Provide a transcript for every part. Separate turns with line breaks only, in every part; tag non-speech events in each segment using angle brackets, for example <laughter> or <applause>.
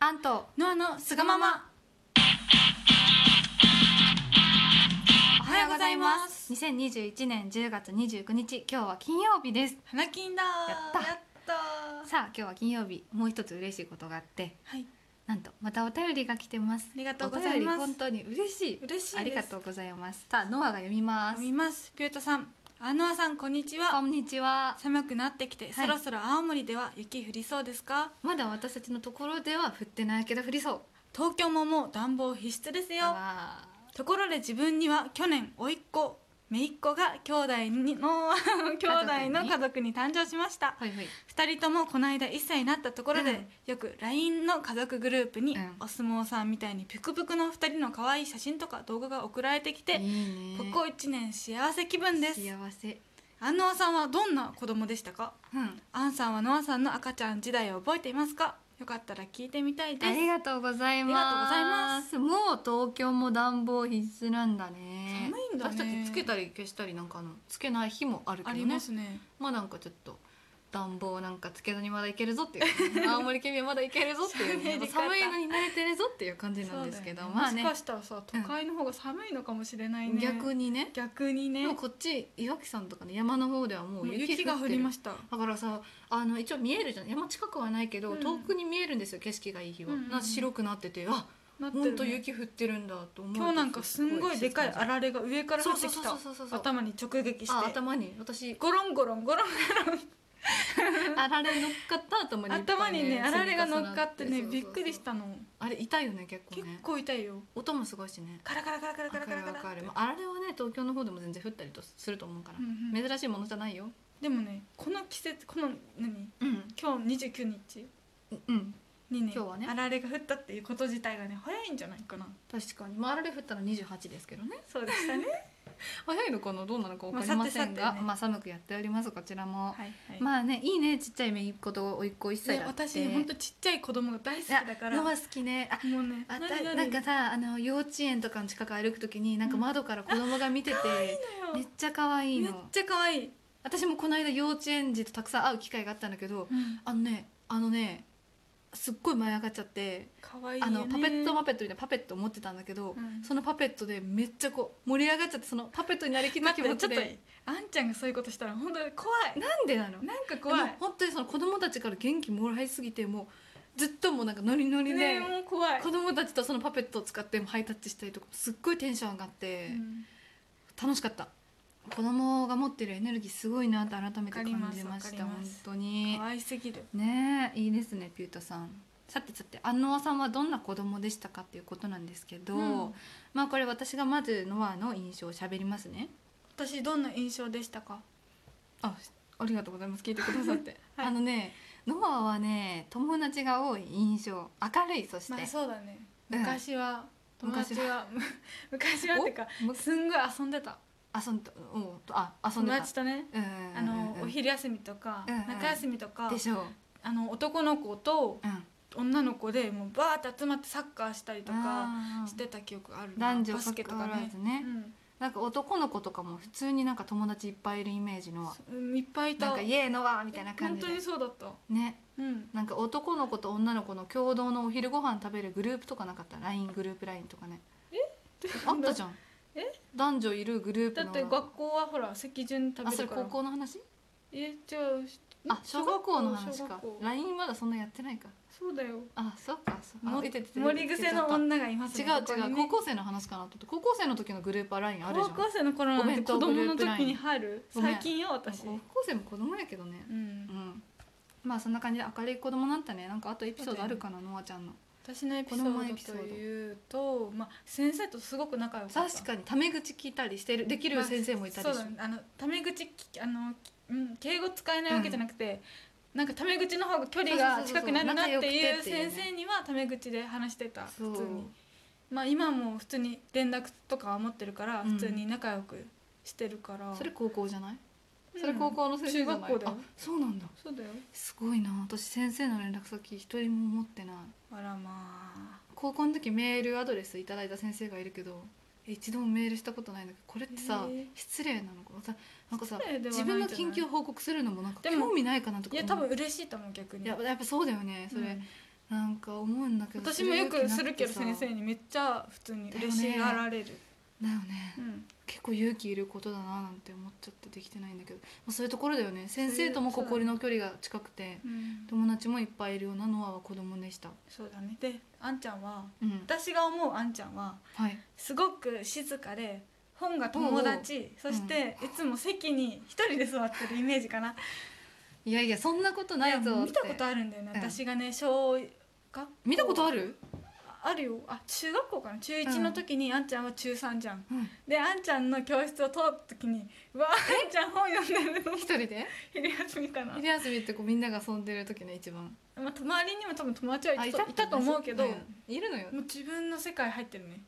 アンと
ノアのす
すがままおはようございます2021年10月29日今日は金曜日です
花金だ
やった
やった
さあ今日は金曜日もう一つ嬉しいことがあって
はい
なんとまたお便りが来てます
ありがとうございます
お便り本当に嬉しい
嬉しいです
ありがとうございますさあノアが読みます
読みますピュートさんあノアさんこんにち
こ
は
んにちは
寒くなってきて、
い
そろそろ青森では雪降りそうですか
まだ私たちのところでは降ってないけど降りそう
東京ももう暖房必須ですよ
あ
ところで自分には去年甥っ子姪っ子が兄弟に <laughs> の兄弟の家族に誕生しました
らはいはい
2人ともこの間1歳になったところで、
うん
よく LINE の家族グループに、
うん
お相撲さんみたいにぷくぷくの2人の可愛い写真とか動画が送られてきて、
いいね
ここ1年幸せ気分です
幸せ
安納さんはどんな子供でしたか
うん
アンさんはノアさんの赤ちゃん時代を覚えていますかよかったら聞いてみたいで
あ
す
りがとうございます。
あ
もう東京も暖房必須なんだね。
寒いんだね
私たちつけたり消したりなんかあのつけない日もあるけ
あ
ど
り
ね
ま。すね
まあなんかちょっと暖房なんかつけずにまだいけるぞっていう、 <laughs> 青森県民はまだいけるぞっていう、
そうね
寒いのに慣れてるぞっていう感じなんですけど、
そうだよね
まあね
もしかしたらさ都会の方が寒いのかもしれないね、
逆にね。
逆にね
でもこっち岩木山とかね山の方ではも
も
う
う
雪
雪が降
って
り
る
ました
だからさあの一応見えるじゃん山近くはないけど、
うん
遠くに見えるんですよ景色がいい日は、
うんうんうん
な白くなっててあ
なってるね
本当雪降ってるんだと思うと
今日なんかすんごいでかいあられが上から
そう
降っ
そ
て
う
き
そう
た
そうそうそう
頭に直撃し
あ
て
頭に私
ゴロンゴロンゴロン
あられ乗っかった頭にいっぱい
頭にねあられが乗っかってね
そうそう
びっ
そう
くりしたの
あれ痛いよね結構
結
ね
構痛いよ
音もすごいしね
カラカラカラカラ
わ
カ
か
ラ
る
カラ
わ
カ
か
ラ
るまああられはね東京の方でも全然降ったりとすると思うから、
うんうん
珍しいものじゃないよ
でもねこの季節この何
うん
今日29日
うん
にね
今日はね
あられが降ったっていうこと自体がね早いんじゃないかな
確かに、まあ、あられ降ったら28ですけどね
そうでしたね
早いのかなどうなのかわかりませんが、
ま
ま
あさ
あ
てさてね
寒くやっておりますこちらも、
<laughs> はいはい
まあねいいねちっちゃい姪っ子と甥っ子一歳
ね
だって
私本当ちっちゃい子供が大好き
いや
だから
ノ
も
ア好きねあ
うね
あた
何々
なんかさあの幼稚園とかの近く歩くときになんか窓から子供が見てて、めっちゃ可愛い
めっ
の
ちゃ可愛い
私もこの間幼稚園児とたくさん会う機会があったんだけどあのねあのねすっごい舞い上がっちゃって
可愛いよ
あ
ね
のパペットマペットみたいなパペットを持ってたんだけど、
うん
そのパペットでめっちゃこう盛り上がっちゃってそのパペットになりきった
待
気
って
持
ち
ち
ょっ
で
とあんちゃんがそういうことしたら本当に怖い
なんでなの
なんか怖
でも
い
本当にその子供たちから元気もらいすぎてもうずっともうなんかノリノリで、
ねもう怖い
子供たちとそのパペットを使ってハイタッチしたりとかすっごいテンション上がって、
うん
楽しかった子供が持ってるエネルギーすごいなって改めて感じ
わ
ま
か
し
り
た
ま
本
す
当に
可愛すぎる
ねえいいですねピュートさんさてさて安納さんはどんな子供でしたかっていうことなんですけど、
うん
まあこれ私がまずノアの印象を喋りますね
私どんな印象でしたか
あありがとうございます聞いてくださ <laughs> って、
はい
あのねノアはね友達が多い印象明るいそして、
まあそうだね
うん
昔は友達は <laughs> 昔はってか
おむ
すんごい遊んでた
遊んだうんあ遊んで
友
た
達とね
うんうんうんうん
あのお昼休みとか
うんうん
中休みとか
でしょう、
あの男の子と
うん、
女の子でもうバーって集まってサッカーしたりとか
あー
してた記憶があるな
男女
バスケとか
関わら
ね
ずね
うん
なんか男の子とかも普通になんか友達いっぱいいるイメージのは
うんいっぱいい
な
た
んか「イエーのわ」みたいな感
本
じ
当
で
にそうだった
ね
うん
なんか男の子と女の子の共同のお昼ご飯食べるグループとかなかった LINE グループ LINE とかねあったじゃん
え
男女いるグループ
だ
の
って学校はほら席順食
あ
べ
そ
る
れ
から
高校の話
えじゃあ
あ小学校の話
小学
か
校
LINE まだそんなやってないか
そうだよ
あそっかそうあ
も
いててて
盛り癖の女がいます
違う
ねここ
違
に
う
ね
高校生の話かなと思って高校生の時のグループは LINE あるじゃ
高
ん
校生の頃なんて
お弁当
子供の
グループライ
時
ン
に入る
ごめん
最近よ私
高校生も子供やけどね
うん
うんまあそんな感じで明るい子供なんだねなんかあとエピソードあるかなノアちゃんの
私のエピソ
この前エピ
ー
ソ
ドと
ード
いうとまあ先生とすごく仲良かった
確かにタメ口聞いたりしてるできる先生もいたりし
そうだねあのタメ口きあのきうん敬語使えないわけじゃなくて、なんかタメ口の方が距離が近くなるなって
そうそうそうそう仲良くて
いう
っていうね
先生にはタメ口で話してた
そう
普通にまあ今も普通に連絡とかは持ってるから
うん
普通に仲良くしてるから、
それ高校じゃない、
うん
それ高校の先生じゃない
中学校だ
あ
よ
そうなんだ
そうだよ
すごいな私先生の連絡先一人も持ってない
あらまあ
高校の時メールアドレスいただいた先生がいるけど一度もメールしたことないんだけどこれってさ
へえ
失礼なのかさなんかさ
失礼ではな
自
いんじゃ
分
な
の
い
近況報告するのもなんか
でも
興味ないかなと
い
か
や
思う
多分嬉しいと思う逆に
いややっぱそうだよねそれ、
うん
なんか思うんだけど
私もよくす
それ
る
勇気
け
なくて
ど
さ
先生にめっちゃ普通に嬉しがられる、
だよね
うん、
結構勇気いることだななんて思っちゃってできてないんだけど、まあ、そういうところだよね先生とも
そういう
心の距離が近くて友達もいっぱいいるようなノアは子供でした
そうだねであんちゃんは
うん
私が思うあんちゃんは
はい
すごく静かで本が友達そしていつも席に一人で座ってるイメージかな
いやいやそんなことないぞ
や
って
見たことあるんだよね、
うん
私がね小学校
見たことあ
る
る、
あるよあ中学校かな中1の時にあんちゃんは中3じゃん
うん、
であんちゃんの教室を通った時にうわあんちゃん本読んでるの <laughs>
一人で
昼休みかな
昼休みってこうみんなが遊んでる時の一番
まあ、周りにも多分友達はいたいたと思うけど、
んいるのよ
もう自分の世界入ってるね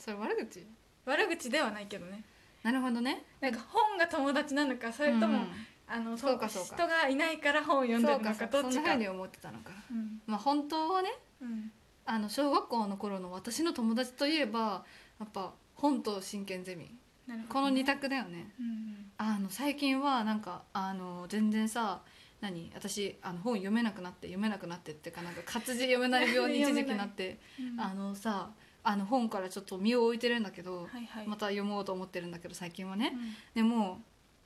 それ悪口
悪口ではないけどね
なるほどね
なんか本が友達なのかそれとも、
うん
あの
そうかそうか
人がいないから本を読んでるのか
そう
どっ
そ
ち
んなふ
か
うに思ってたのか
うん
まあ本当はね
うん
あの小学校の頃の私の友達といえばやっぱ本と真剣ゼミ
なるほ
この
どね
二択だよね
うんうん
あの最近はなんかあの全然さ何私あの本読めなくなって読めなくなってっていうかなんか活字読めない病に一
読め
時
な
期
い
なって
うん
あのさあの本からちょっと身を置いてるんだけど
はいはい、
また読もうと思ってるんだけど最近はね
うん
でも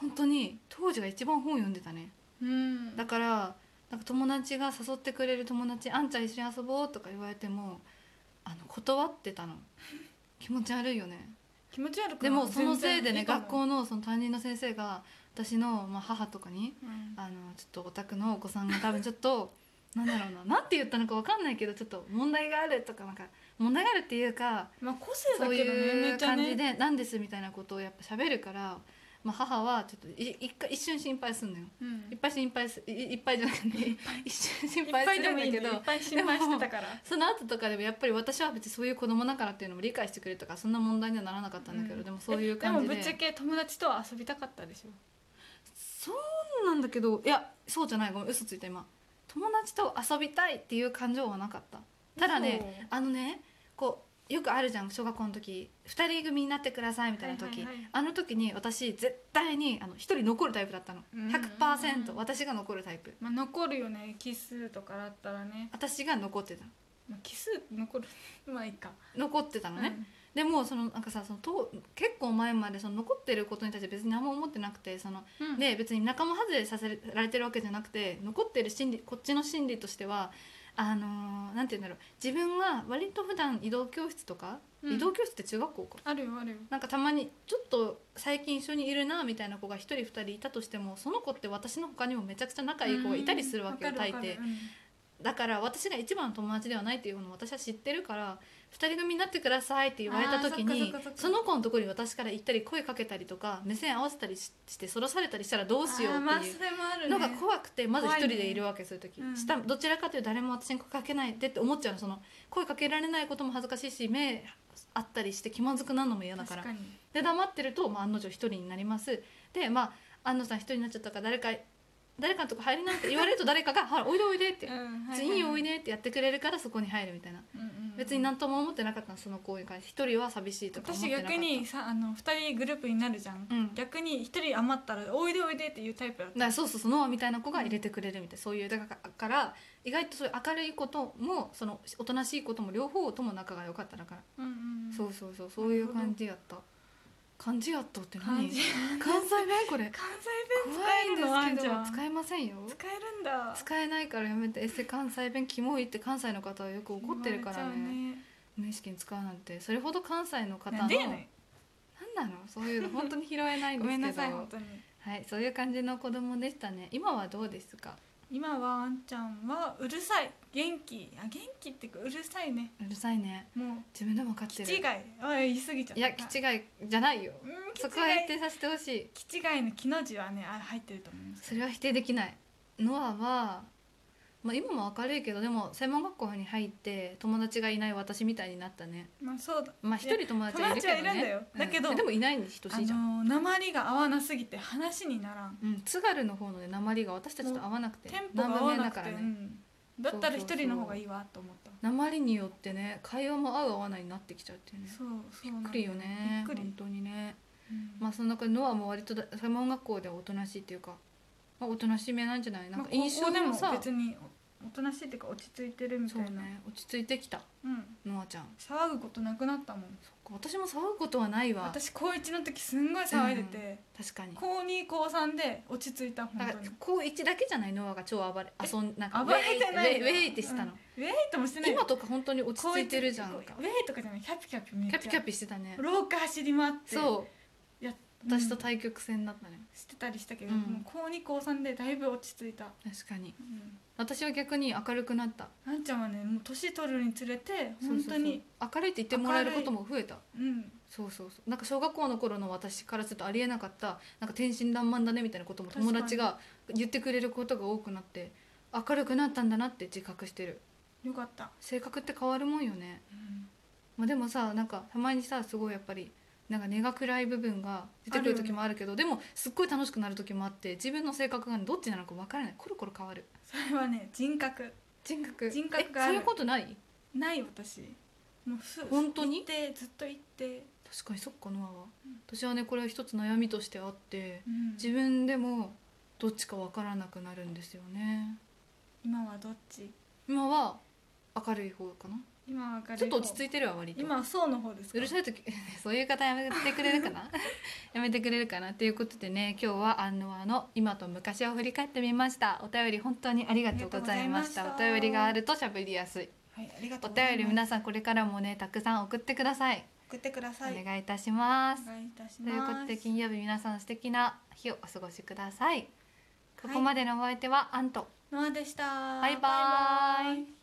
本当に当時が一番本読んでたね
うん
だからなんか友達が誘ってくれる友達「あんちゃん一緒に遊ぼう」とか言われてもあの断ってたの気持ち悪いよね
気持ち悪くない
でもそのせいで
全然
ね
かも
学校のその担任の先生が私の、まあ、母とかに
うん
あのちょっとお宅のお子さんが多分ちょっと <laughs> なんだろうななんて言ったのかわかんないけどちょっと問題があるとかなんか問題があるっていうか
まあ個性だ
そう
けどね
い
め
う
っちゃ
感
ね
じで「なんです」みたいなことをやっぱ喋るから、まあ、母はちょっとい一回一瞬心配すんのよ
うん
いっぱい心配すいいいっぱいじゃなくて一瞬心
いっ
配
ぱ
す
いで
るん
も
だ
いい
け
け
ど
どいっぱい心配してたから
その後とかでもやっぱり私は別にそういう子供だからっていうのも理解してくれるとかそんな問題にはならなかったんだけど、
うん
でもそういう感じで
でもぶっちゃけ友達とは遊びたかったでしょ
そうなんだけどいやそうじゃないごめん嘘ついた今友達と遊びたいっていう感情はなかったただねあのねこうよくあるじゃん小学校の時2人組になってくださいみたいな時、
はいはいはい
あの時に私絶対にあの1人残るタイプだったの
うんうんうん
100%私が残るタイプ
まあ、残るよね奇数とかだったらね、
私が残ってた
まあ、奇数残る <laughs> まあいいか、
残ってたのね、でもそのなんかさそのと結構前までその残ってることに対して別に何も思ってなくてその
うん、
で別に仲間外れさせられてるわけじゃなくて残ってる心理こっちの心理としてはあのーなんて言うんだろう自分は割と普段移動教室とか、
うん
移動教室って中学校か
あるよあるよ
なんかたまにちょっと最近一緒にいるなみたいな子が1人2人いたとしてもその子って私の他にもめちゃくちゃ仲いい子がいたりするわけよ
うん
大
わかるわ
抵
かる
だから私が一番の友達ではないっていうのを私は知ってるから2人組になってくださいって言われた時に
あーそっかそっかそっか
その子のところに私から行ったり声かけたりとか目線合わせたりししてそらされたりしたらど
うん
うしよう
あーまあ
ってい
そうれもあるね
のが怖くてまず1人でいるわけそういう時
うん
下どちらかというと誰も私に声かけないでって思っちゃうのその声かけられないことも恥ずかしいし目あったりして気まずくなるのも嫌だから
確かに
で黙ってると、まあ、案の定一人になりますでまあ安野さん一人になっちゃったから誰か誰かのとこ入りなって言われると誰かが「はいおいでおいで」って
うん
「
はい
いよおいで」ってやってくれるからそこに入るみたいな
うんうんうん
別に何とも思ってなかったのその行為に関して一人は寂しいとか思って
私
なかった
逆にさあの二人グループになるじゃん、
うん
逆に一人余ったら「おいでおいで」っていうタイプだっ
だ
た
からそうそうそのみたいな子が入れてくれるみたいなそういうだからから意外とそういう明るいこともそのおとなしいことも両方とも仲が良かっただから、
うんうんうん
そうそうそうそういう感じやった感じやったって
感
何
じ
関西弁これ
関西弁
怖
使え
いん
るのあん
です
じ
けど
ゃん
使えませんよ
使えるんだ
使えないからやめてエセ関西弁キモいって関西の方はよく怒ってるから
言われちゃう
ね無意識に使うなんてそれほど関西の方の
なんでや
な
ね
ん
ん
なのそういうの本当に拾えないん
ご
ですけど
めんなさい本当に
はいそういう感じの子供でしたね今はどうですか
今はあんちゃんはうるさい元気あ元気っていうかうるさいね
うるさいね
も
自分でも分かって
う
る
気違いあ言い過ぎちゃった
いや気違いじゃないよ
うん気違
そこは否
い
定させてほしい
気違いの気の字はねあ入ってると思います
それは否定できないノアは、まあ、今も明るいけどでも専門学校に入って友達がいない私みたいになったね
まあそうだ
まあ一人友達はいるけどね
友達はいるんだよだけど
うんでもいないに等
あ
しいじゃん、
の鉛が合わなすぎて話にならん
うん、津軽の方のね鉛が私たちと合わなくて
テンポが合わな
南
くて、
部
う
弁だ
ん、だったら一人の方がいいわと思った
鉛によってね会話も合う合わないになってきちゃうっていうね
そうそう
び
なん
っ
だ
くりよね
びっくり
本、当にね
うん
まあその中でノアも割とだ専門学校ではおとなしいっていうか、まあ、おとなしめなんじゃないなんか印象
まあ
も
高校で
さ、
も別におとなしいっていうか落ち着いてるみた
そう
いな
ね落ち着いてきた
うん
ノアちゃん
騒ぐことなくなったもん
私も騒ぐことはないわ
私高1の時すんごい騒いでて、
確かに
高2高3で落ち着いた本
だか
当
ら
に
高一だけじゃないノアが超暴れ遊んなんか
暴れてない
ウェイウェイウェイってしたの、
うんウェイともしてない
今とか本当に落ち着いてるじゃんか
高一ウェイとかじゃないキャピキャピめっ
キ
ちゃ
ャピキャピしてたね
廊下走り回って
そう
いや
私と
うん
対局戦だったね、
してたりしたけ
う
ど、
ん
もう高2高3でだいぶ落ち着いた、
確かに
うん、
私は逆に明るくなった
なんちゃんはねもう年取るにつれて本当に
そうそうそう明るいって言ってもらえることも増えた
うん
そうそうそうなんか小学校の頃の私からするとありえなかったなんか天真爛漫だねみたいなことも友達が言ってくれることが多くなって明るくなったんだなって自覚してる
よかった、
性格って変わるもんよね、まあ、でもさなんかたまにさすごいやっぱりなんか根が暗い部分が出てくる時もあるけどでもすっごい楽しくなる時もあって自分の性格がどっちなのか分からないコロコロ変わる
それはね人格
人格
人格が
え
ある
そういうことない
ない私もうふ
本当に
行ってずっと行って、
確かにそっかノアは
うん
私はねこれは一つ悩みとしてあって
うん
自分でもどっちか分からなくなるんですよね
今はどっち
今は明るい方かな
今は明るい方
ちょっと落ち着いてるわ割と
今はそうの方ですか
うるさい時 <laughs> そういう方やめてくれるか
<laughs>
なやめてくれるかなっていうことでね今日はアンノアの今と昔を振り返ってみましたお便り本当にありがとうございました
ありがとう
お
ございました
便りがあると喋りやすい
はいありがと
お
うございます
便り皆さんこれからもねたくさん送ってください、
送ってください
お願いいたします
お願いいたし
と
ます
いうことで金曜日皆さん素敵な日をお過ごしください、
はい
ここまでのお相手はアンと
ノアでした
バイバイ
イ